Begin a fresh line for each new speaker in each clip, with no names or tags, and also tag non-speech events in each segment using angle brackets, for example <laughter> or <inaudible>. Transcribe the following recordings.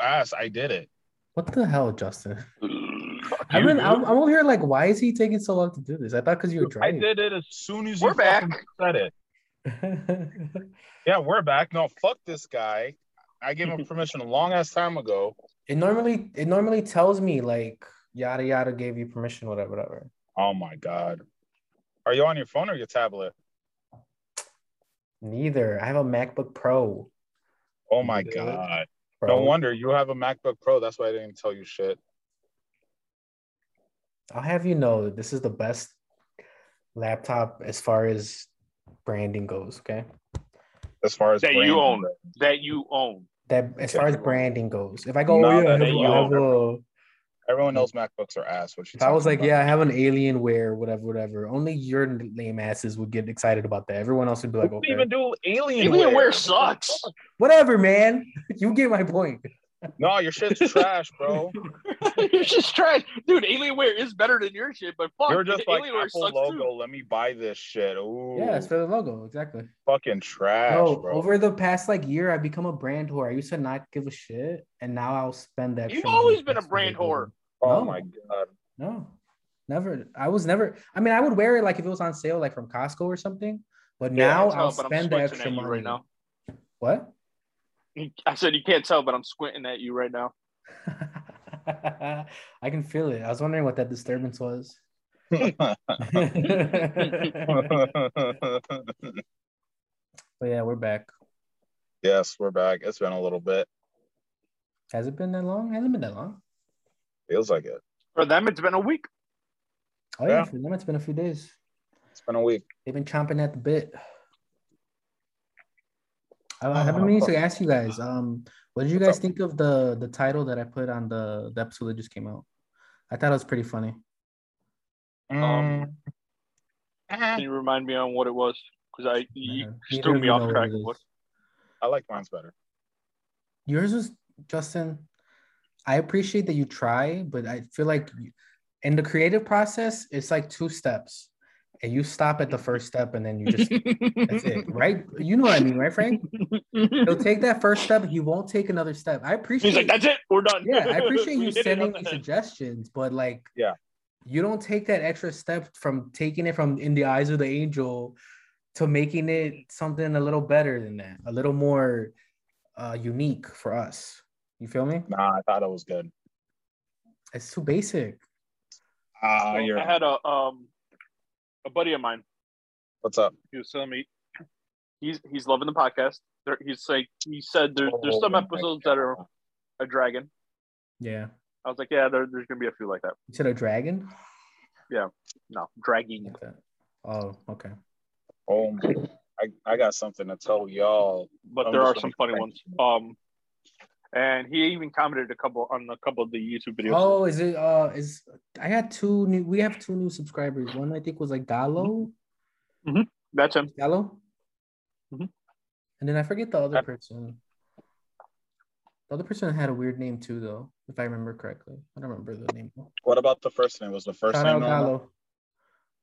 ass. I did it.
What the hell, Justin?
Fuck
I've
you,
been,
dude.
I'm, I'm over here like, why is he taking so long to do this? I thought because you were
I
driving.
did it as soon as
We're
you
back.
fucking said it. Yeah, we're back. No, fuck this guy. I
<laughs>
gave him permission a long ass time ago.
<laughs> it normally it normally tells me like yada yada gave you permission, whatever, whatever.
Oh my god. Are you on your phone or your tablet?
Neither. I have a MacBook Pro.
Oh my
Yeah.
god.
bro.
No wonder you have a MacBook Pro. That's why I didn't tell you shit.
I'll have you know that this is the best laptop as far as branding goes. Okay.
As far as
That you
brand-
own. that you own.
That as far as
Okay.
branding goes. If I go,
No,
oh, yeah, I
that
have,
ain't
I have a-
Everyone knows MacBooks are ass. What you
if I was
talking
like,
about?
yeah, I have an Alienware, whatever, whatever. Only your lame asses would get excited about that. Everyone else would be
Who
like,
can
okay,
even do Alienware?
Alienware sucks.
whatever, man. <laughs> You get my point.
No,
<laughs>
your shit's trash, bro.
<laughs> You're just trash, dude. Alienware is better than your shit, but fuck,
You're just like
Alienware
Apple
sucks
logo.
too.
Let me buy this shit. Ooh,
Yeah, it's for the logo, exactly.
fucking trash,
No,
bro.
over the past like year, I've become a brand whore. I used to not give a shit, and now I'll spend that.
You've always been a brand whore.
oh
no.
my god.
No, never. I was never. I mean, I would wear it like if it was on sale, like from Costco or something. But
Yeah, I
now
can tell,
I'll
but I'm
spend the
squinting
extra
at you
money.
right now.
What? <laughs>
<laughs> I said you can't tell, but I'm squinting at you right now.
I can feel it. I was wondering what that
<laughs>
disturbance was. <laughs> but yeah, we're back.
<laughs> yes, we're back. It's been a little bit.
Has it been that long? Hasn't been that long.
Feels like it.
For them, it's been a week.
Oh yeah,
Yeah.
for them it's been a few days.
It's been a week.
They've been chomping at the bit. I, I've
Oh,
been meaning to
fuck.
ask you guys. Um, what did you
What's
guys think of the the title that I put on the, the episode that just came out? I thought it was pretty funny.
Um,
Mm.
Can you remind me on what it was? Because I you
Yeah,
just
neither
threw
of
me
you
off
know
track.
what it
of what-
is.
I like mine's better.
Yours was Justin. I appreciate that you try, but I feel like you- in the creative process, it's like two steps, and you stop at the first step, and then you just that's
<laughs>
it, right? You know what I mean, right, Frank? He'll take that first step. He won't take another step. I <laughs> appreciate.
He's like, that's it. We're done.
yeah, I
<laughs>
appreciate
We
you
hit it
sending
on
me
the head.
suggestions, but like,
Yeah.
you don't take that extra step from taking it from in the eyes of the angel to making it something a little better than that, a little more uh, unique for us. You feel me?
Nah, I thought it was good.
It's too basic.
Ah,
So
you're
I had a um a buddy of mine.
what's up?
He was telling me he's he's loving the podcast. There, he's like he said there, there's some
Oh my
episodes that are
God.
a dragon.
Yeah.
I was like, yeah, there, there's gonna be a few like that.
You said a dragon?
No, dragging.
Like that. Oh, okay.
Oh my I, I got something to tell y'all.
but
I'm
there are
just
some
gonna
funny ones. Um, and he even commented a couple on a couple of the YouTube videos.
Oh, is it uh is I got two new we have two new subscribers. One I think was like Gallo.
That's him.
Gallo?
Mhm.
And then I forget the
Uh,
other
I-
person. The other person had a weird name too, though, if I remember correctly. I don't remember the name.
What about the first name? Was the first
Shout
name
out
normal?
Gallo.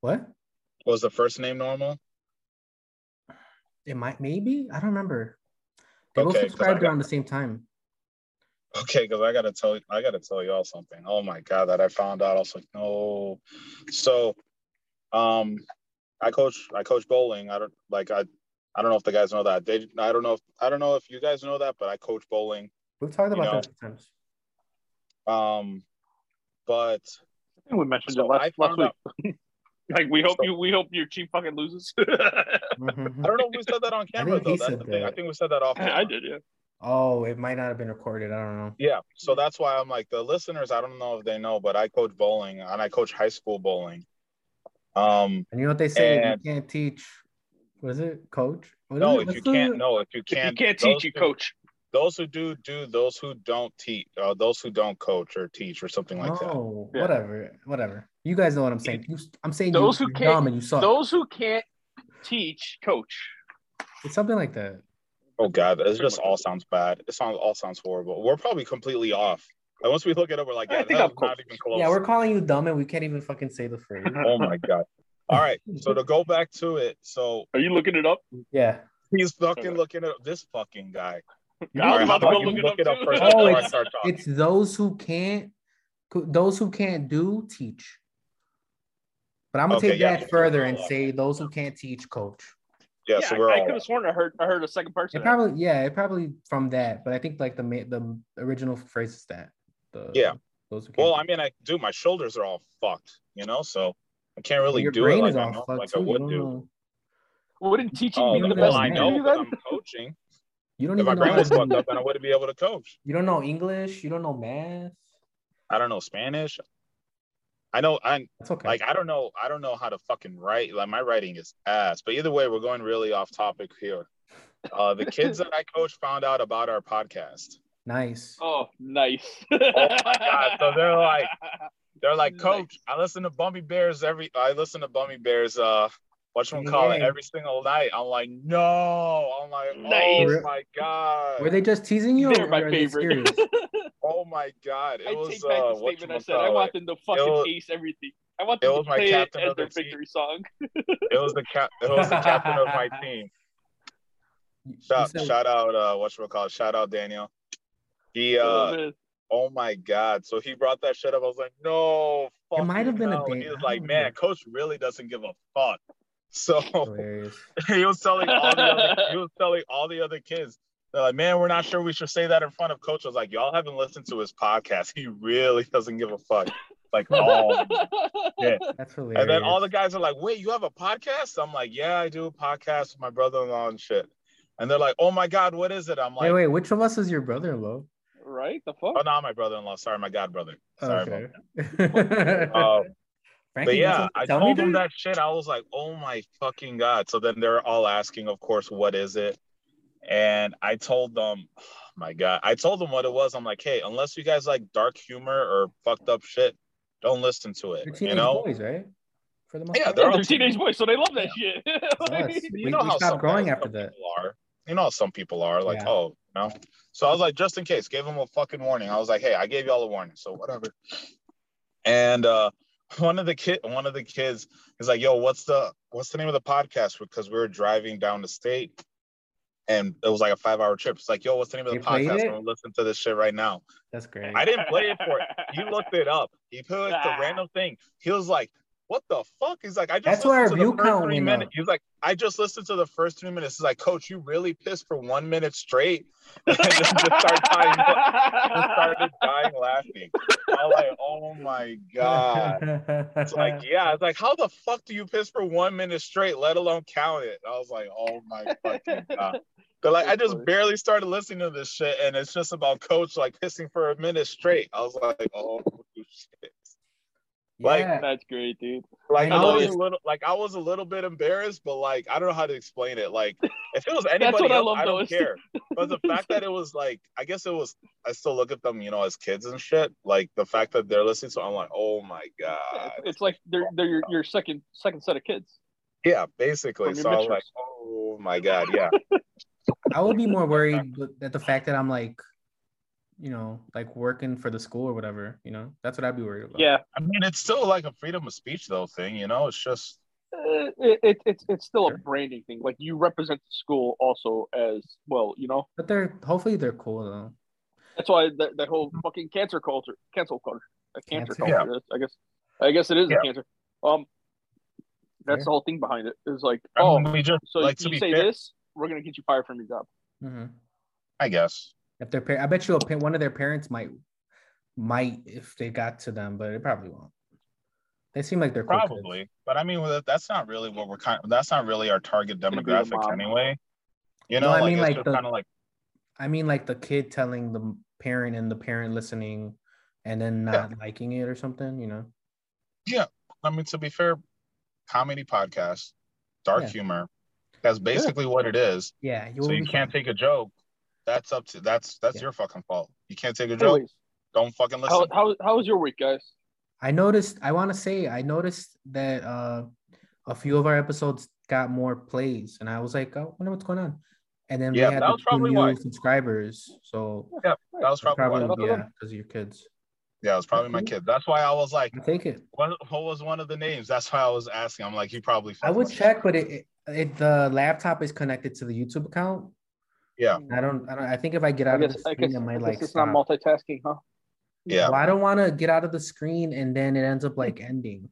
What?
Was the first name normal?
It might maybe I don't remember. They both
Okay, 'cause I
subscribed
got-
around the same time.
Okay, because I gotta tell I gotta tell y'all something. Oh my god, that I found out. I was like, no. So um I coach I coach bowling. I don't like I I don't know if the guys know that. They I don't know if I don't know if you guys know that, but I coach bowling.
We've talked
You
about
know.
that a few times.
Um but
I think we mentioned
So
it
I
last, last
found
week. like we hope
So-
you, we hope your team fucking loses. <laughs>
Mhm.
I don't know if we said that on camera
think he
though. That's
said
the thing. I
that.
think we said
<laughs>
that off camera.
I did, yeah.
<laughs> Oh, it might not have been recorded. I don't know.
Yeah, so that's why I'm like the listeners. I don't know if they know, but I coach bowling and I coach high school bowling. Um,
And you know what they say?
And-
you can't teach. What is it, coach? What is
no,
it?
if
What's
you
the-
can't, no, if you
If you
can't,
can't
those
teach, you
who-
coach.
Those who do do, those who don't teach, uh, those who don't coach or teach or something like that.
Oh,
Yeah.
whatever, whatever. You guys know what I'm saying. You, I'm saying
Those
you,
who
you're
can't-
dumb and you suck.
Those who can't teach, coach.
It's something like that.
Oh God, it
Pretty
just
much.
all sounds bad. It sounds all sounds horrible. We're probably completely off. And once we look it up, we're like,
I
yeah,
think
that
I'm
was not
cool.
even close.
Yeah, we're calling you dumb and we can't even fucking say the phrase.
oh my God. All right, <laughs> so to go back to it, so
Are you looking it up?
yeah.
he's fucking
Okay.
looking at this fucking guy.
You
I was
know-
Alright,
about to
how
go
about you
look it up,
<laughs>
first
too.
before
Oh,
I start talking.
It's those who can't, those who can't do teach. But I'm gonna
Okay,
take
yeah.
that further and say those who can't teach coach.
Yeah,
yeah,
so we're
I,
all
could have sworn I heard I heard a second person.
It probably yeah, it probably from that, but I think like the ma- the original phrase is that. The,
Yeah.
Those who can't
Well,
teach.
I mean, I do. My shoulders are all fucked, you know, so I can't really
your
do it
brain
like,
is
I,
on
know,
fuck
like I
too. You
would
don't
do.
know-
Wouldn't teaching
Oh,
be the
even
well,
best
I
thing to
know,
know,
do
but
then?
I'm coaching.
You don't
If my
even know.
brain
How
was
to,
<laughs> fucked up, then I wouldn't be able to coach.
you don't know English. You don't know math.
I don't know Spanish. I know I
That's okay.
like I don't know I don't know how to fucking write. Like my writing is ass. But either way, we're going really off topic here. Uh, the kids that I coach found out about our podcast.
nice.
<laughs>
uh,
Oh, nice.
God, so
<laughs>
they're like- They're like,
Nice.
Coach, I listen to Bummy Bears every. I listen to Bummy Bears. Uh, what you call it
Yeah.
every single night. I'm like, no. I'm like, oh
Nice.
my god.
Were they just teasing you?
They're
or
my
are they
favorite.
serious?
oh my god. It
I
was
take back
uh,
the
what
statement I
you
said. I
call
want
it.
them to fucking
was-
ace everything. I want them
it
to
was my
play it
captain
as
of
their
the team.
victory song.
It was the cap. It was the captain of
<laughs>
my team.
You- you
Shout,
said-
shout out. Uh, what you call it? Shout out Daniel. He. Uh,
Oh, man.
Oh my God. So he brought that shit up. I was like, no.
It
fucking
might have been a
hell. And
Dan-
He was
I
like,
don't
man,
remember.
coach really doesn't give a fuck. So <laughs>
Hilarious.
he was telling all the other, he was telling all the other kids, they're like, man, we're not sure we should say that in front of coach. I was like, y'all haven't listened to his podcast. He really doesn't give a fuck.
<laughs>
Like all. Oh.
<laughs>
That's hilarious.
and then all the guys are like, wait, you have a podcast? I'm like, yeah, I do a podcast with my brother-in-law and shit. And they're like, oh my God, what is it? I'm like,
wait, wait. Which of us is your brother-in-law?
right? The
oh
fuck?
no, my brother-in-law. Sorry, my god brother. Sorry,
Okay.
bro. <laughs> Uh,
Oh, <laughs> Frankie,
But
you
yeah,
want
I
something to tell me,
told them
dude?
that shit. I was like, oh my fucking God. So then they're all asking, of course, what is it? And I told them, "Oh my God, I told them what it was. I'm like, hey, unless you guys like dark humor or fucked up shit, don't listen to it.
They're teenage
You know?
boys, right? For the most
Yeah,
part.
they're
They're,
all-
teenage boys, so they love that shit. <laughs>
Us.
Like,
We-
You know
we stopped
some
growing
guys-
after
some
that.
people are. You know how some people are like,
Yeah.
oh, you know. So I was like, just in case, gave them a fucking warning. I was like, hey, I gave y'all a warning, so whatever. And uh <laughs> one of the kid one of the kids is like, yo, what's the what's the name of the podcast? Because we were driving down the state and it was like a five hour trip. It's like, yo, what's the name of the
You played
podcast?
it?
I'm gonna listen to this shit right now.
That's great.
I didn't play it for it.
<laughs>
He looked it up. He put like, the
Ah.
random thing. He was like, "What the fuck?" He's like, "I just
That's why
listened
our
to
view
the first
count
three
went
minutes."
up.
He's like, "I just listened to the first three minutes." He's like, "Coach, you really pissed for one minute straight." <laughs> and then just started dying, just started dying laughing. I'm like, "Oh my
<laughs>
god." It's like, <laughs> yeah, it's like, how the fuck do you piss for one minute straight, let alone count it? I was like, oh my
<laughs>
fucking god. But like, I just barely started listening to this shit, and it's just about coach like pissing for a minute straight. I was like, oh shit. like-
Yeah.
That's great, dude.
Like
I
I,
know
was
it's-
a little, like I was a little bit embarrassed, but like I don't know how to explain it. Like
<laughs>
if it was
what
anybody
I
else,
love,
I,
though, is-
don't care. But the fact that it was like, I guess it was. I still look at them, you know, as kids and shit. Like the fact that they're listening, so I'm like, oh my god.
It's- It's like they're they're your, your second second set of kids.
Yeah, basically.
From your
So I was
pictures.
like, oh my god, yeah.
I would be more worried with- at the fact that I'm like, you know, like working for the school or whatever. You know, that's what I'd be worried about.
Yeah,
I mean, it's still like a freedom of speech though thing, you know. It's just
Uh, it, it, it's it's still a
Sure.
branding thing. Like you represent the school also as well. You know
But they're hopefully they're cool though.
that's why that, that whole fucking cancer culture, cancel culture, a cancer,
Mm-hmm. Cancer.
culture. that's- I guess I guess it is
Yeah.
a cancer. Um, that's
Fair.
the whole thing behind it. Is like
I
oh,
mean, we just
so
like to
you
be
say
fair,
this, we're gonna get you fired from your job.
hmm
I guess.
If their par- I bet you a pa- one of their parents might might if they got to them, but it probably won't. They seem like they're cool kids.
Probably. But I mean, with- that's not really what we're kind that's not really our target
gonna be the
demographic
mom.
anyway. You
No,
know,
I
like
mean,
it's
like
just
the-
kind of like
I mean, like the kid telling the parent and the parent listening, and then
Yeah.
not liking it or something. You know,
I mean, to be fair, comedy podcast, dark
Yeah.
humor. That's basically what it is.
yeah.
So
will
you
be
can't
fine.
take a joke. That's up to that's that's
Yeah.
your fucking fault. You can't take a joke.
Anyways,
Don't fucking listen.
how, how how was your week, guys?
I noticed. I want to say I noticed that uh, a few of our episodes got more plays, and I was like, oh, I wonder what's going on. And then
Yeah,
we had
that
the
was
two
probably
new
why.
subscribers, so
that was
it's
probably,
probably,
why.
why.
yeah, because of your kids.
yeah, it was probably my kid. That's why I was like,
I take it.
What, what was one of the names? That's why I was asking. I'm like, he probably.
I
fucking-
would check, but it, it, it the laptop is connected to the YouTube account,
Yeah.
I don't. I don't. I think if I get
I
out
guess,
of the
I
screen,
guess,
I
I
might
guess
like.
it's not
stop.
multitasking, huh?
Yeah.
Well, I don't want to get out of the screen and then it
Mm-hmm.
ends up like ending.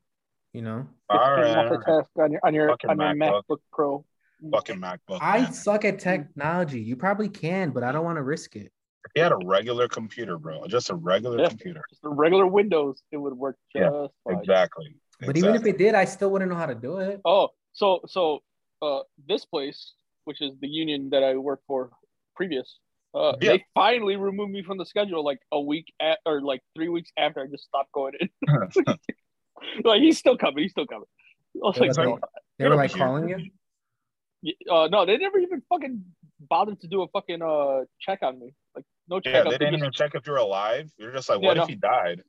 You know,
All
If you
right. all right.
multitask on your on your
Fucking
on your
MacBook.
MacBook, Pro.
Fucking MacBook.
I
man.
suck at technology. You probably can, but I don't want to risk it.
If you had a regular computer, bro, just a regular
Yeah. Oh,
computer.
Just the regular Windows, it would work just
Yeah,
fine.
Exactly.
But even if
Exactly.
it did, I still wouldn't know how to do it.
Oh, so so uh, this place, which is the union that I worked for previous, uh,
Yeah.
they finally removed me from the schedule like a week at, or like three weeks after I just stopped going
<laughs>
in. <laughs> like he's still coming, he's still coming. I was
They
like,
were like, they
Get
were
over
like
here.
calling you.
"Yeah, uh, no, they never even fucking bothered to do a fucking uh check on me. Like no check.
yeah,
on
they
me.
didn't
Just-
even check if you're alive. You're just like,
Yeah,
what
no.
if he died?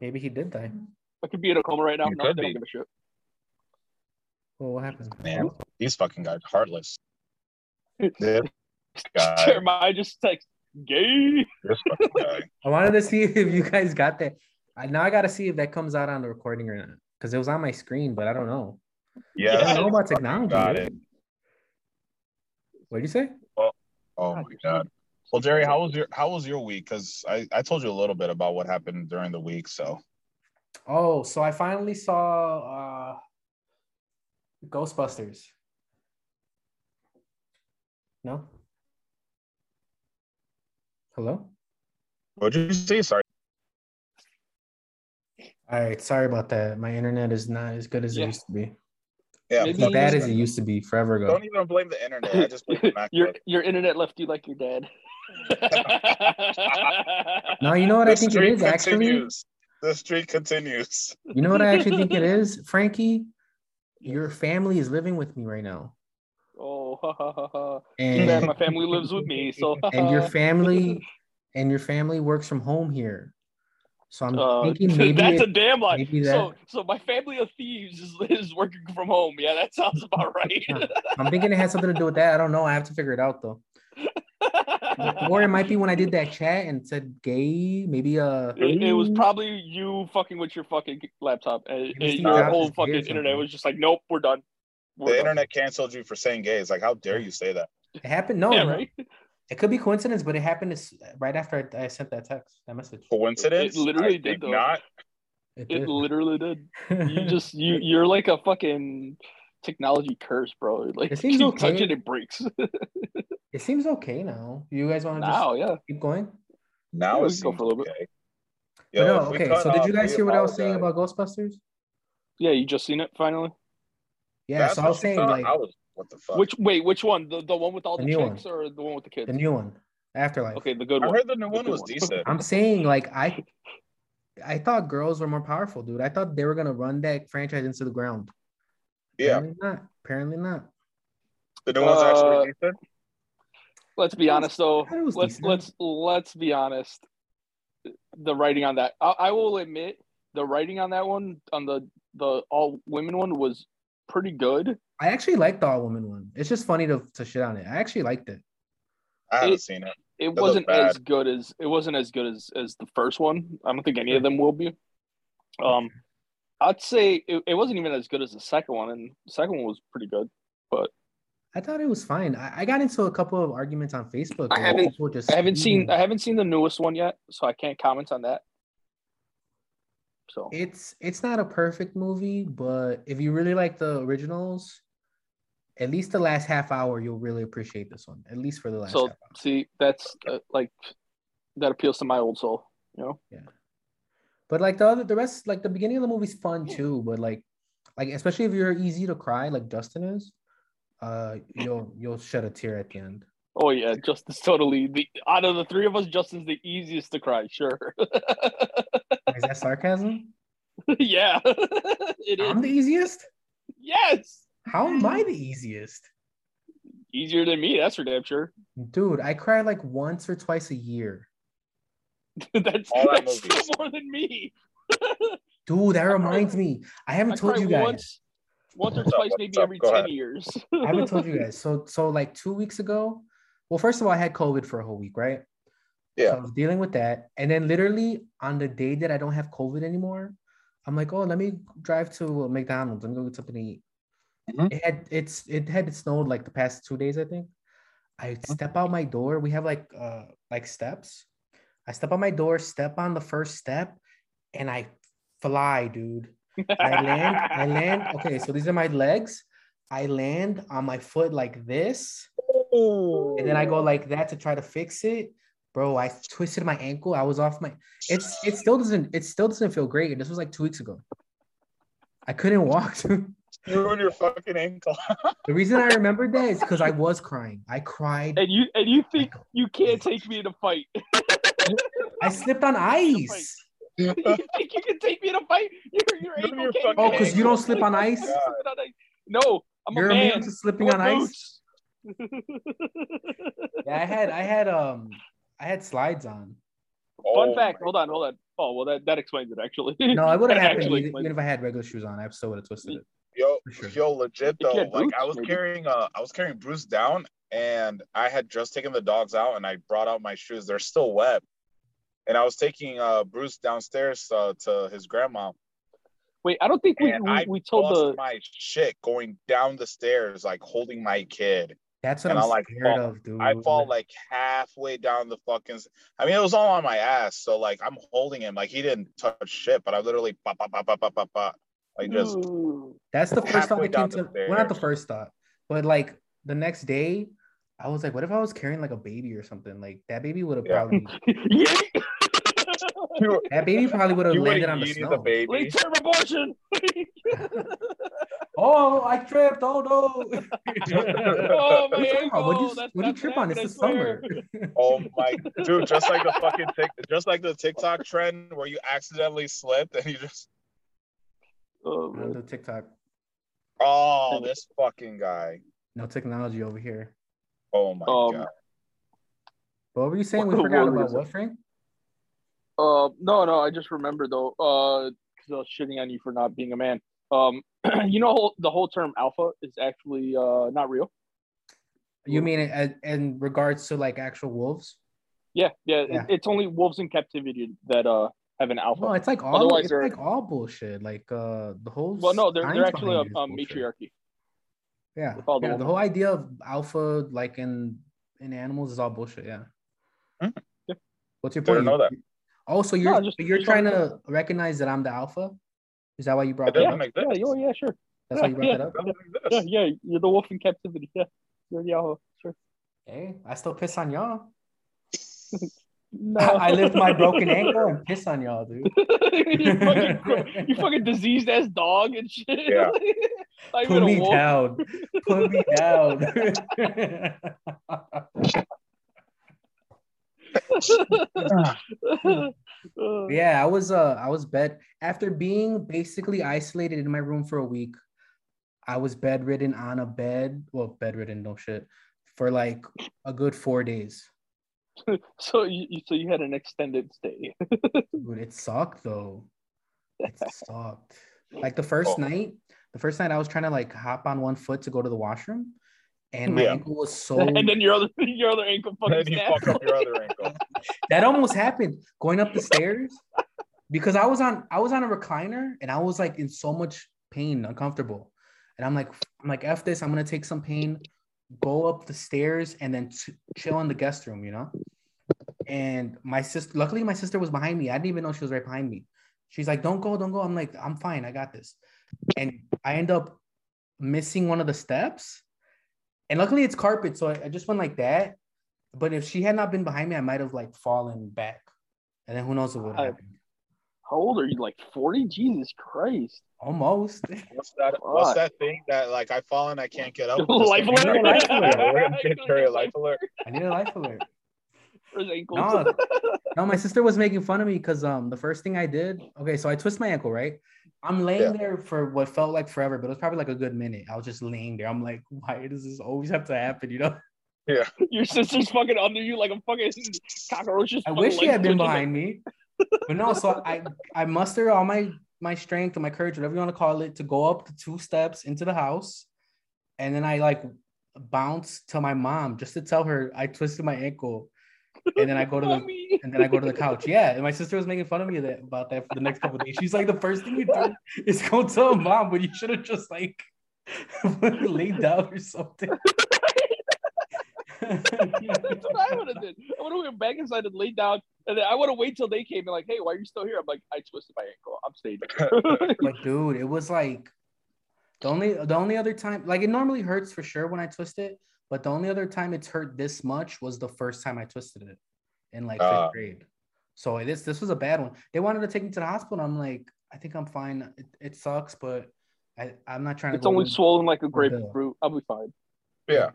Maybe he did die.
I could be in a coma right now.
You
No,
could
they don't
be.
give a shit.
Well, what happened?
Man, these fucking guys
<laughs>
heartless. This guy.
Jeremiah just text gay.
This fucking
<laughs>
guy.
I wanted to see <laughs> if you guys got that. I now I gotta see if that comes out on the recording or not. Because it was on my screen, but I don't know.
Yeah.
I
this
don't know about
fucking
technology.
Got
dude.
it.
What'd you say?
Oh my god. Well, Jerry, how was your how was your week? Because I, I told you a little bit about what happened during the week. So
Oh, so I finally saw uh Ghostbusters. No? Hello?
what did you see? Sorry.
All right, sorry about that. My internet is not as good as
Yeah.
it used to be.
Yeah.
Maybe
It's not
you
bad
just-
as it used to be forever ago.
Don't even blame the internet. I just blame the
<laughs> your
MacBook.
your internet left you like your dad. <laughs>
No, you know what I think it is actually?
continues. The street continues.
You know what I actually think it is, Frankie? Your family is living with me right now.
Oh, <laughs> ha, ha, ha, ha. Too bad
And
my family lives with me. So
<laughs>
<laughs>
and your family and your family works from home here. So I'm
Uh,
thinking maybe
<laughs> that's
it-
a damn lie.
maybe
So, so my family of thieves is, is working from home. Yeah, that sounds
<laughs>
about right.
I'm thinking it has something to do with that. I don't know. I have to figure it out though.
<laughs>
Or it might be when I did that chat and said gay, maybe uh
It, it was probably you fucking with your fucking laptop, and,
Maybe
and
Steve
your
Jobs
whole
is gay or
fucking
something.
internet was just like, nope, we're done. We're
The
done.
internet canceled you for saying gays. Like, how dare you say that?
it happened. No,
yeah,
no.
right.
it could be coincidence, but it happened as- right after I, I sent that text, that message.
Oh,
Coincidence?
It literally
I
did,
think
though.
Not.
It
It
did.
literally did.
<laughs>
You just you you're like a fucking technology curse, bro. Like
It seems
you
okay.
touch it, it breaks. <laughs>
it seems okay now. You guys want to just
now, yeah.
keep going?
Now
Yeah,
it's
we can go for a little bit.
Okay.
But
Yo,
no,
if we
okay.
cut
So did you
off,
guys
we
hear what I was saying
apologize.
about Ghostbusters?
Yeah, you just seen it finally.
Yeah,
That's
so I
what
was
you
saying
thought?
like
I was, what the fuck?
Which wait, which one? The the one with all
The
the,
new
chicks or the one with the kids?
the new one, Afterlife.
okay, the good
I
one.
heard the new one
good
was
one.
decent.
I'm saying like I I thought girls were more powerful, dude. I thought they were gonna run that franchise into the ground.
Yeah,
Apparently not. Apparently not.
the new one's actually
Uh,
decent.
Let's be
It was-
honest though.
thought it was
Let's
decent.
let's let's be honest. The writing on that, I, I will admit, the writing on that one, on the the all women one, was pretty good.
I actually liked the all woman one. It's just funny to, to shit on it. I actually liked it.
I haven't
it-
seen it.
it
looked
wasn't
bad.
as good as it wasn't as good as as the first one. I don't think any of them will be. Um, I'd say it, it wasn't even as good as the second one, and the second one was pretty good.
I thought it was fine. I, I got into a couple of arguments on Facebook.
I
where
haven't-
people just
I haven't seen I
screaming.
haven't seen the newest one yet, so I can't comment on that. So
It's it's not a perfect movie, but if you really like the originals, at least the last half hour you'll really appreciate this one. At least for the last.
so
half hour.
see, that's uh, like that appeals to my old soul. You know,
But like the other, the rest, like the beginning of the movie's fun too. But like, like especially if you're easy to cry, like Justin is, uh, you'll you'll shed a tear at the end.
oh yeah, Justin's totally the out of the three of us, Justin's the easiest to cry. Sure, <laughs>
Is that sarcasm?
yeah, <laughs> it
I'm
is.
the easiest.
Yes,
How am I the easiest?
easier than me. That's for damn sure.
Dude, I cry like once or twice a year.
<laughs> that's
All that
that's
movie.
still more than me.
Dude, that
cry-
reminds me. I haven't
I
told
cried
you guys.
once, once or
What's up,
twice,
what's
maybe
up?
every
Go
ten
ahead.
years. <laughs>
I haven't told you guys. So so like two weeks ago. Well, first of all, I had COVID for a whole week, right? So I
Yeah,
was dealing with that. And then literally on the day that I don't have COVID anymore, I'm like, oh, let me drive to McDonald's. Let me go get something to eat.
Mhm.
It had it's it had snowed like the past two days, I think. I step out my door. We have like uh like steps. I step out my door, step on the first step, and I fly, dude. I land, I land. Okay, so these are my legs. I land on my foot like this,
Oh.
and then I go like that to try to fix it. Bro, I twisted my ankle. I was off my it's it still doesn't it still doesn't feel great. And this was like two weeks ago. I couldn't walk. <laughs> dude.
You ruined your fucking ankle.
the reason I remembered that is because I was crying. I cried.
And you and you think you can't take me in a fight? <laughs>
I slipped on ice.
you
you think you can take me in a fight? Your your
Give me your
ankle can't
fucking
Oh, because you don't slip
<laughs>
on ice.
Yeah.
Slipping on ice. No, I'm
You're
a
immune
man.
to slipping on
Wear
ice.
boots.
Yeah, I had I had um I had
<laughs>
slides on.
Oh
Fun fact.
my-
Hold on, hold on. Oh well, that that explains it actually.
No, it would have
That
happened
actually
even,
explains
even if I had regular shoes on. I still would have twisted it.
Yo,
For sure.
yo, legit
You
though.
can't
Like
boots,
I was
maybe.
carrying uh I was carrying Bruce down and I had just taken the dogs out and I brought out my shoes. They're still wet. And I was taking uh Bruce downstairs uh, to his grandma.
<laughs> Wait, I don't think we
And
we,
I
we told
Lost
the
my shit going down the stairs, like holding my kid.
That's what
And
I'm
I, like,
scared
fall-
of, dude.
I fall like halfway down the fucking. s- I mean, it was all on my ass. So like, I'm holding him. Like he didn't touch shit, but I literally pop, pop, pop, pop, pop, pop, pop. Like just
Ooh.
<laughs>
That's the first thought
halfway
that
down
came to.
the
Well, not the
stairs.
first thought, but like the next day, I was like, what if I was carrying like a baby or something? Like that baby would have
Yeah. <laughs>
probably
<laughs> Yeah,
that baby probably would have
you
landed
would've
on the
yeeted
snow.
the baby.
late term abortion. <laughs>
Oh, I
<laughs>
tripped. Oh no. <laughs>
Oh my
What are you talking about?
ankle.
What'd you,
That's-
what'd you
that's
trip on? It's
happened,
the
I swear.
summer. <laughs>
Oh my dude! Just like the fucking tick, just like the TikTok trend where you accidentally slipped and you just
<laughs> Oh, man.
no TikTok,
oh this fucking guy.
no technology over here.
Oh my
Um,
god!
But what were you saying? We
What
forgot
were we
about
saying?
what, Frank?
Uh, no, no, I just remember though, because I was shitting on you for not being a man. Um, <clears throat> you know, the whole term alpha is actually uh, not real.
You mean in, in regards to like actual wolves?
Yeah, yeah,
Yeah.
It, it's only wolves in captivity that uh, have an alpha.
No, it's like all
Otherwise
it's
they're-
like all bullshit. Like uh the whole
well, no, they're, they're
science
actually a,
behind it is
a
bullshit.
matriarchy.
Yeah.
It's all the
yeah the
wolf.
whole idea of alpha like in in animals is all bullshit, yeah. Hmm.
Mm.
Yeah.
What's your point?
Didn't know that.
Oh, so you're
No, just-
you're
just
trying
wanted
to recognize that I'm the alpha? Is that why you
It
brought that
doesn't
up?
exist.
Yeah, yeah, oh, yeah, sure.
That's why you brought
yeah.
that up?
It doesn't
<laughs>
exist. <laughs>
Yeah, yeah, you're the wolf in captivity. Yeah, you're the alpha. Sure.
Hey, I still piss on y'all.
No,
<laughs> <laughs> I lift my broken
<laughs>
ankle and piss on y'all, dude.
you fucking gro-
<laughs>
you fucking diseased ass dog and shit. <laughs>
Yeah.
Not even
Put
a
me
wolf.
down. Put me
<laughs>
down. <laughs>
<laughs>
<laughs>
Uh,
yeah, I was uh I was bed after being basically isolated in my room for a week. I was bedridden on a bed, well, bedridden, no shit, for like a good four days.
So you you- so you had an extended stay. <laughs>
Dude, it sucked though. It sucked. Like the first
Oh.
night, the first night I was trying to like hop on one foot to go to the washroom, and my
Yeah.
ankle was so
<laughs> And then your other your other ankle fucking
Then you
snapped.
fuck up your
<laughs>
other ankle.
that almost happened going up the stairs because I was on I was on a recliner and I was like in so much pain, uncomfortable, and I'm like I'm like f this, I'm gonna take some pain, go up the stairs and then t- chill in the guest room, you know. And my sister, luckily my sister was behind me. I didn't even know she was right behind me. She's like, "Don't go, don't go." I'm like, "I'm fine, I got this." And I end up missing one of the steps, and luckily it's carpet, so I, I just went like that. But if she had not been behind me, I might have like fallen back, and then who knows what would
I-
have happened.
How old are you? Like forty? Jesus Christ!
Almost.
What's that? What's that thing that like I fall and I can't get
<laughs>
up?
Life
Just-
alert.
Life alert.
Yeah, we're
<laughs>
gonna get Terry a life alert.
I need a life alert.
For his ankles.
No, no, my sister was making fun of me because um the first thing I did, okay, so I twist my ankle, right? I'm laying
Yeah.
there for what felt like forever, but it was probably like a good minute. I was just laying there. I'm like, why does this always have to happen? You know,
<laughs> Your sister's fucking under you like a fucking cockroach. <laughs> just
I
fucking
wish she
legs
had been
twitching.
behind me, but no. So I I muster all my my strength and my courage, whatever you want to call it, to go up the two steps into the house, and then I like bounce to my mom just to tell her I twisted my ankle, and then I go to the
Mommy.
<laughs> and then I go to the couch. Yeah, and my sister was making fun of me that, about that for the next couple of days. She's like, <laughs> the first thing you do is go tell mom, but you should have just like Leaned out or something.
<laughs>
<laughs>
That's what I would have did. I would have went back inside and laid down, and then I would have waited till they came and like, hey, why are you still here? I'm like, I twisted my ankle. I'm staying.
<laughs>
here."
But dude, it was like the only the only other time like it normally hurts for sure when I twist it, but the only other time it's hurt this much was the first time I twisted it in like fifth
Ah.
grade. So it is this was a bad one. They wanted to take me to the hospital. and I'm like, I think I'm fine. It, it sucks, but I, I'm not trying to
it's
go
only
in-
swollen like a
Bill.
grapefruit. I'll be fine.
yeah.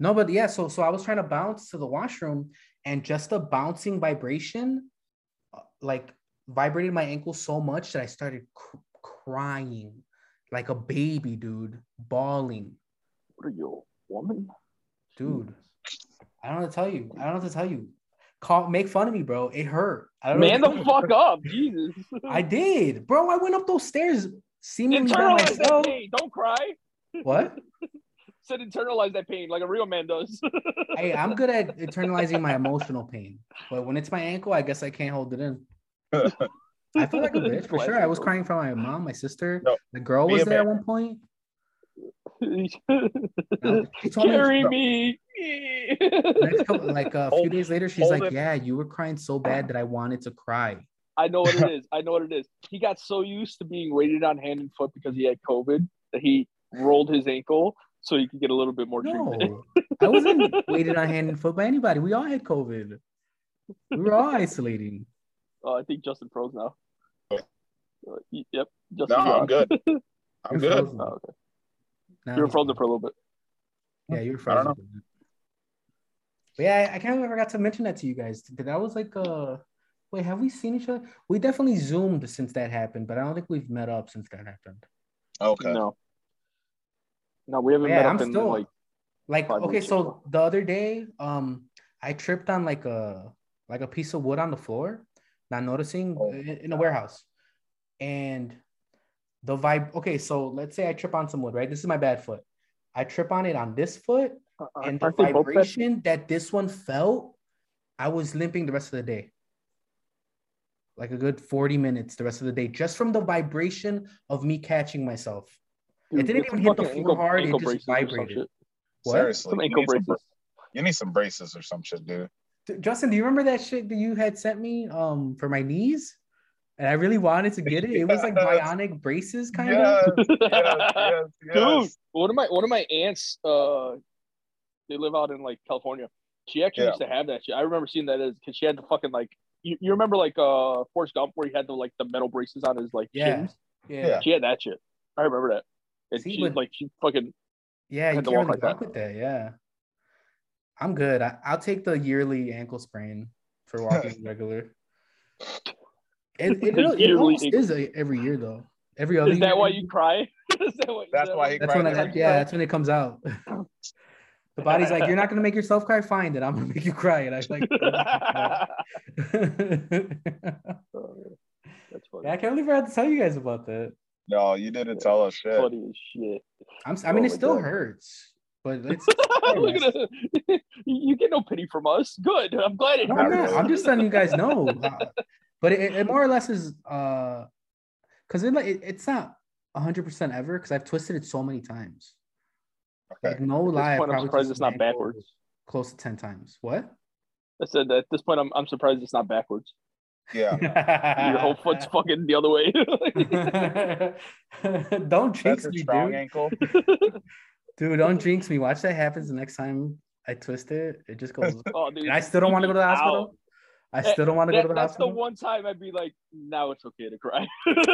No, but yeah, so so I was trying to bounce to the washroom and just the bouncing vibration uh, like vibrated my ankle so much that I started cr- crying like a baby, dude, bawling.
What are you, a woman?
Dude, I don't know what to tell you. I don't know what to tell you. Call make fun of me, bro. It hurt. I don't know
Man
what to
the
tell
fuck up, Jesus.
you. I did. Bro, I went up those stairs seemingly by
internalize that
myself.
pain. Don't cry.
What?
Said internalize that pain like a real man
<laughs>
does.
Hey, I'm good at internalizing my emotional pain, but when it's my ankle, I guess I can't hold
<laughs>
it in. I felt like a bitch for sure. I was crying for my mom, my sister.
No,
the girl
be
was
a
there at one point. No, she told me-
Carry
no.
me. <laughs>
next couple- like a few
Hold-
days later, she's
hold it.
like, "Yeah, you were crying so bad that I wanted to cry."
I know what
<laughs>
it is. I know what it is. He got so used to being waited on hand and foot because he had COVID that he rolled his ankle so he could get a little bit more <laughs> treatment.
No, I wasn't waited on hand and foot by anybody. We all had COVID. We were all isolating.
Uh, I think Justin froze now. Uh, y- yep.
Oh. No,
Justin,
I'm good. I'm
You're
good.
frozen.
Oh, okay.
Now
You were
he's
frozen
fine.
for a little bit.
Yeah, you're
I don't
frozen. But yeah, I, I kind of forgot to mention that to you guys. That that was like a. Wait, have we seen each other? We definitely zoomed since that happened, but I don't think we've met up since that happened.
Okay.
No. No, we haven't
Yeah,
met up
I'm
in
still
like
like
five
okay
weeks or
so
so.
the other day um i tripped on like a like a piece of wood on the floor not noticing
Oh.
in, in a warehouse and the vibe okay so let's say i trip on some wood right this is my bad foot i trip on it on this foot
uh,
and the
aren't they both bad?
vibration that this one felt i was limping the rest of the day like a good 40 minutes the rest of the day just from the vibration of me catching myself
Dude,
It didn't
get
even
some
hit the
fucking
floor hard, it
ankle
just
braces or some
vibrated.
shit.
What?
Seriously.
Some
you
ankle
need some-
braces.
you need some braces or some shit, dude.
D- Justin, do you remember that shit that you had sent me um for my knees? And I really wanted to get it. It was like
Yes.
bionic braces, kind of.
Yes, <laughs>
<laughs>
yes, yes,
Dude,
yes.
one of my one of my aunts, uh, they live out in like California. She actually
Yeah.
used to have that shit. I remember seeing that as because she had the fucking like you, you remember like uh Forrest Gump where he had the like the metal braces on his like
Yeah.
shins.
Yeah.
She had that shit. I remember that. And
See,
she
but-
like she fucking
Yeah,
I
you
had
can't
to
really
walk like
walk with that. Yeah, I'm good. I, I'll take the yearly ankle sprain for
<laughs>
walking regular. It, it,
The
really- it
yearly
almost
ankle-
is a, every year though. Every other.
is that
year.
why you cry? <laughs> is that why, is
That's
that
why
you-
he
That's when I,
cry
that- yeah, that's when it comes out. <laughs> the body's like, you're not gonna make yourself cry. Fine, then I'm gonna make you cry, and I
<laughs>
was like.
That's funny.
<laughs> yeah, I can't believe I had to tell you guys about that.
No, you didn't tell us shit.
funny as shit.
I'm, si mean,
Oh
it
my
still
God.
hurts, but
<laughs>
it's.
Look at it. You get no pity from us. Good. I'm glad it
No,
Not
I'm,
hurts.
not. I'm just letting
<laughs>
you guys know. Uh, but it, it more or less is uh, because it, like, it it's not 100 percent ever because I've twisted it so many times.
Okay.
Like no
At
lie,
this
I
point, I'm
probably
surprised
twisted
it's
my
not
ankle
backwards.
Close to 10 times.
<laughs>
What?
I said that at this point, I'm, I'm surprised it's not backwards. <laughs>
Yeah.
Your
<laughs>
whole foot's fucking the other way. <laughs>
don't
That's
jinx
a
me,
strong
dude.
ankle.
Dude, don't jinx me. Watch that happens the next time I twist it. It just
<laughs>
goes.
oh, dude,
And I still don't want to go to the
Ow.
hospital. I
That-
still don't want to
That-
go to the
that's
hospital.
the one time I'd be like, now it's okay to cry.
<laughs>
<laughs>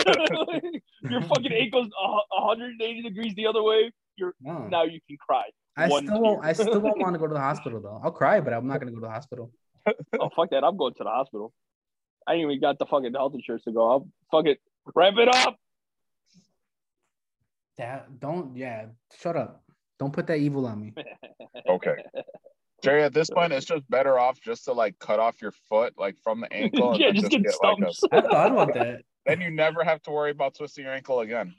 Like, your fucking ankle's a hu- 180 degrees the other way.
No.
Now you can cry.
I
one
still won't.
tear.
I still won't want to <laughs> go to the hospital though. I'll cry, but I'm not gonna go to the hospital.
Oh fuck that! I'm going to the hospital. I ain't even got the fucking health insurance to go. I'll fuck it. Wrap it up. <laughs>
That don't. Yeah, shut up. Don't put that evil on <laughs> me.
Okay. Jerry, at this point, it's just better off just to like cut off your foot like from the ankle.
<laughs>
and
yeah,
then
just get
like a-
stumps.
I thought about that.
then you never have to worry about twisting your ankle again.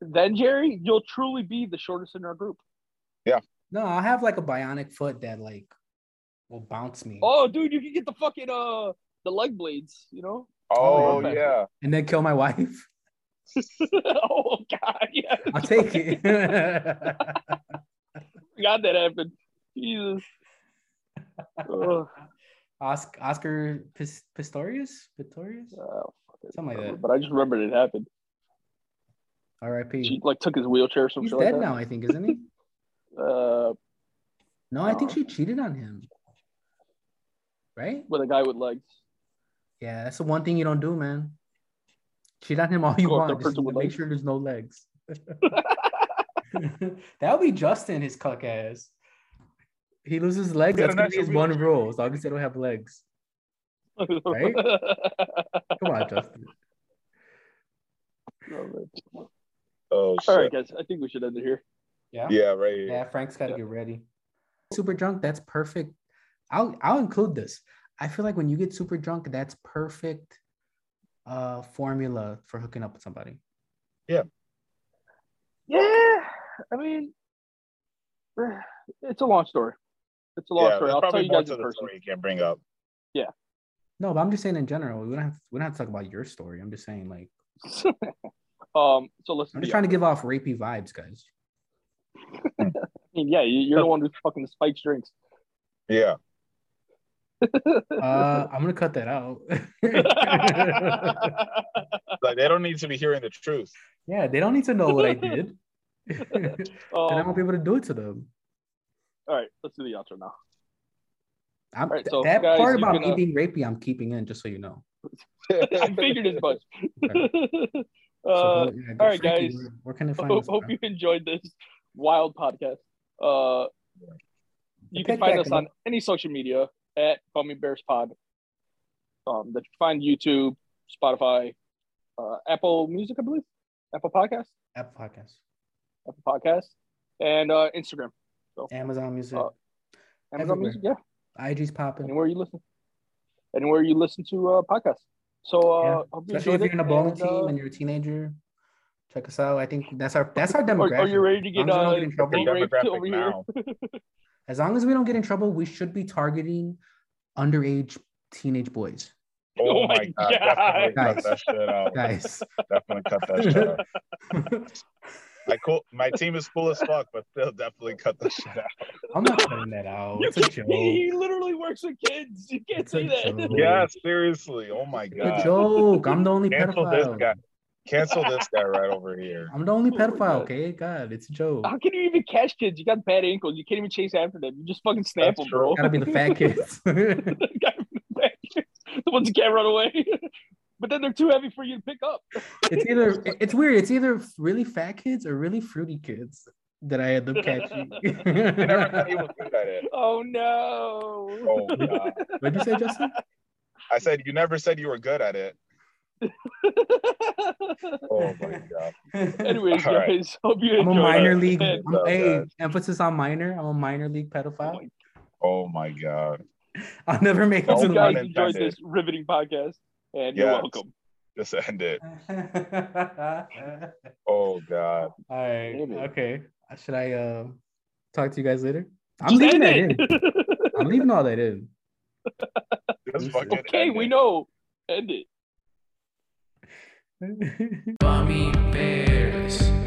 then Jerry, you'll truly be the shortest in our group.
No, I'll have like a bionic foot that like will bounce me
Oh, dude, you can get the fucking uh the leg blades. You know, <laughs>
Oh
Oh, yeah.
yeah.
and then kill my <laughs> wife.
oh God, yeah.
I'll take it. <laughs>
God, that happened. Jesus. Ugh. Oh,
Oscar, Oscar Pis- Pistorius? Pistorius?
Oh, fuck it.
Something like that.
But I just remembered it happened. She
R.I.P.
like took his wheelchair or some
He's
shit like
dead
that.
now, I think, isn't he?
Uh,
No, I think
No.
she cheated on him. Right?
with a guy with legs. <laughs>
Yeah, that's the one thing you don't do, man. Cheat on him all you
Go after a
want. Just
person
make
with legs.
sure there's no legs. <laughs> that would be Justin, his cuck ass. He loses legs.
Yeah,
That's gonna
that's
be his
a
one
real-
rule. As long as they don't have legs. Right? Come on, Justin.
All
Oh, shit.
right, guys. I think we should end it here.
Yeah.
Yeah, right here.
Yeah, Frank's got to get ready. Super drunk, that's perfect. I'll I'll include this. I feel like when you get super drunk, that's perfect uh formula for hooking up with somebody.
Yeah, I mean, it's a long story. It's a long
Yeah,
story.
there's
I'll tell
probably
you
more
guys
to
in
the
person.
story you can bring up.
No, but I'm just saying in general, we don't have we don't have to talk about your story. I'm just saying like
<laughs> um, so listen.
I'm
To
just
you.
trying to give off rapey vibes, guys.
I mean, yeah, you- you're the one who fucking spikes
<laughs>
drinks. <laughs>
Yeah.
<laughs>
Uh, I'm gonna cut that out. <laughs>
Um,
Like they don't need to be hearing the truth.
yeah, they don't need to know what
<laughs>
I did, and I
Um,
won't be able to do it to them.
all right, let's do the outro
<laughs>
now. <laughs>
I'm,
Alright, so
that
guys,
part
you
about
can,
me
uh,
being rapey, I'm keeping in just so you know.
I figured as much. <laughs>
So,
uh,
yeah,
all right,
Frankie,
guys.
Where,
<laughs>
where can I find
hope,
this?
hope you enjoyed this wild podcast. Uh, you can
Pick
find
back
us on
up.
any social media at Bummy Bears Pod. Um, that you find YouTube, Spotify, uh, Apple Music, I believe, Apple Podcast,
Apple Podcast,
Apple Podcast, and uh, Instagram,
Amazon Music,
Uh, Amazon
Everywhere.
Music, yeah,
IG's popping.
anywhere you listen, anywhere you listen to uh, podcasts. So, uh,
Yeah.
hope you
Especially
enjoyed
if you're in a
it,
bowling
and,
team
uh,
and you're a teenager, check us out. I think that's our that's
<laughs>
our
or,
demographic.
or you're ready to
As
get,
long as we don't
uh,
get
get
in trouble.
The
raped over
demographic
here.
now.
<laughs>
As long as we don't get in trouble, we should be targeting underage teenage boys.
Oh, my god. Definitely
God.
cut that
<laughs>
shit out.
Guys,
Definitely cut that shit out. I cool. My team is cool as fuck, but still definitely cut that shit out.
I'm not cutting that out.
You
Oh,
<laughs>
It's a
can't- <laughs>
joke.
He literally works with kids. You can't
It's a
say that.
joke.
Yeah, seriously. Oh my
It's
god.
a joke. I'm the only
Cancel this
pedophile.
guy. Cancel this guy right over here.
I'm the only
Oh my
pedophile,
God.
okay? God, it's a
<laughs>
joke.
How can you even catch kids? You got bad ankles. You can't even chase after them. You just fucking snap
That's
them, bro. <laughs>
Gotta be
<laughs>
the fat kids. <laughs>
Gotta be the bad kids. The ones who can't run away. <laughs> But then they're too heavy for you to pick up.
it's either it's weird. It's either really fat kids or really fruity kids that I end up catching.
You <laughs> never thought he was good at it.
Oh no.
Oh god.
<laughs> What'd you say,
<laughs>
Justin?
I said you never said you were good at it. Oh my god.
<laughs> Anyways,
All right.
guys, hope you
I'm a
enjoyed
minor
it.
league. <laughs>
And-
I'm, hey, emphasis on minor. I'm a minor league pedophile.
Oh my god.
I'll never make it
Don't
to
Hope
the
you
got
guys enjoyed
it.
minor.
intended.
this riveting podcast. And you're
Yes.
welcome.
Just end it. <laughs>
<laughs>
Oh god.
All right.
Maybe.
Okay. Should I uh, talk to you guys later? I'm
Just
leaving
end
that in.
it.
I'm leaving all that in.
Just fucking
<laughs> okay,
end
we
it.
know. End it.
Bummy Bears.